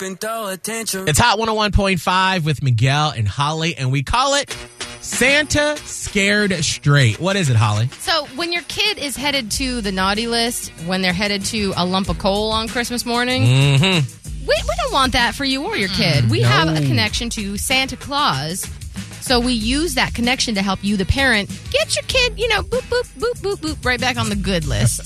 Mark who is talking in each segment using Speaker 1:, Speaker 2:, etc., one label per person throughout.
Speaker 1: It's Hot 101.5 with Miguel and Holly, and we call it Santa Scared Straight. What is it, Holly?
Speaker 2: So when your kid is headed to the naughty list, when they're headed to a lump of coal on Christmas morning, we, we don't want that for you or your kid. We have a connection to Santa Claus. So we use that connection to help you, the parent, get your kid, you know, boop, boop, boop, boop, boop, right back on the good list.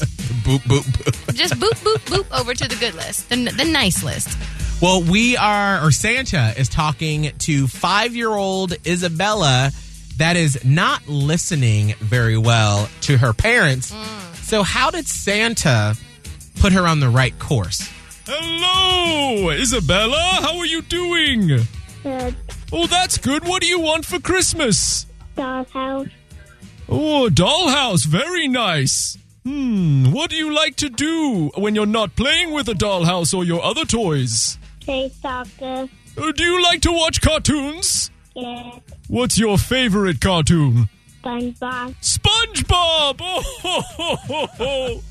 Speaker 1: Boop, boop, boop.
Speaker 2: Just boop, boop, boop over to the good list, the, the nice list.
Speaker 1: Well, we are, or Santa is talking to five year old Isabella that is not listening very well to her parents. So, how did Santa put her on the right course?
Speaker 3: Hello, Isabella. How are you doing?
Speaker 4: The
Speaker 3: Oh, that's good. What do you want for Christmas?
Speaker 4: dollhouse,
Speaker 3: Oh, a dollhouse. Very nice. Hmm, what do you like to do when you're not playing with a dollhouse or your other toys?
Speaker 4: play soccer,
Speaker 3: Uh, do you like to watch cartoons?
Speaker 4: get
Speaker 3: What's your favorite cartoon?
Speaker 4: SpongeBob,
Speaker 3: SpongeBob! Oh, ho, ho, ho, ho.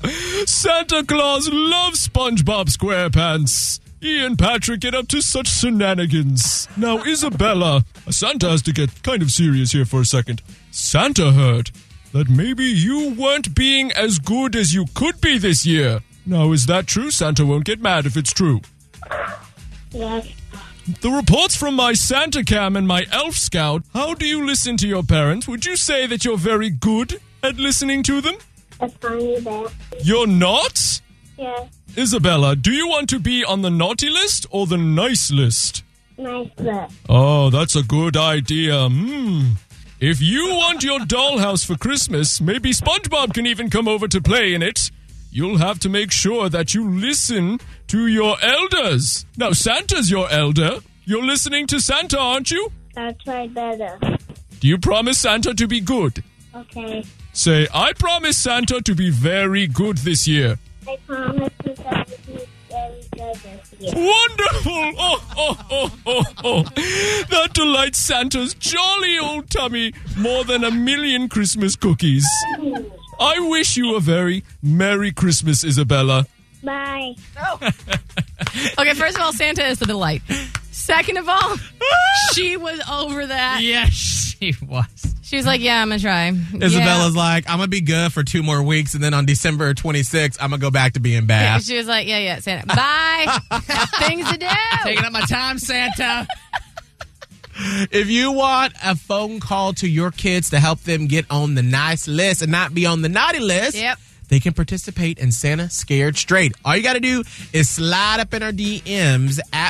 Speaker 3: Santa Claus loves SpongeBob SquarePants. He and Patrick get up to such shenanigans. Now, Isabella, Santa has to get kind of serious here for a second. Santa heard that maybe you weren't being as good as you could be this year. Now, is that true? Santa won't get mad if it's true.
Speaker 4: yes,
Speaker 3: The reports from my Santa Cam and my Elf Scout. How do you listen to your parents? Would you say that you're very good at listening to them?
Speaker 4: a tiny bit,
Speaker 3: You're not?
Speaker 4: yes,
Speaker 3: Isabella, do you want to be on the naughty list or the nice list?
Speaker 4: nice look,
Speaker 3: Oh, that's a good idea. Hmm. If you want your dollhouse for Christmas, maybe SpongeBob can even come over to play in it. You'll have to make sure that you listen to your elders. Now, Santa's your elder. You're listening to Santa, aren't you?
Speaker 4: I'll try better,
Speaker 3: Do you promise Santa to be good?
Speaker 4: okay,
Speaker 3: Say, I promise Santa to be very good this year.
Speaker 4: I promise to try to do very good this year.
Speaker 3: Wonderful! Oh, oh, oh, oh, oh. That delights Santa's jolly old tummy more than a million Christmas cookies. I wish you a very Merry Christmas, Isabella.
Speaker 4: Bye.
Speaker 2: Okay, first of all, Santa is the delight. Second of all, she was over that.
Speaker 1: Yes, she was.
Speaker 2: She was like, yeah, I'm going to try. Yeah.
Speaker 1: Isabella's like, I'm going to be good for two more weeks. And then on December 26th, I'm going to go back to being
Speaker 2: Yeah,
Speaker 1: bad.
Speaker 2: She was like, yeah, yeah, Santa. Bye. Got things to do.
Speaker 5: Taking up my time, Santa.
Speaker 1: If you want a phone call to your kids to help them get on the nice list and not be on the naughty list,
Speaker 2: Yep.
Speaker 1: they can participate in Santa Scared Straight. All you got to do is slide up in our DMs at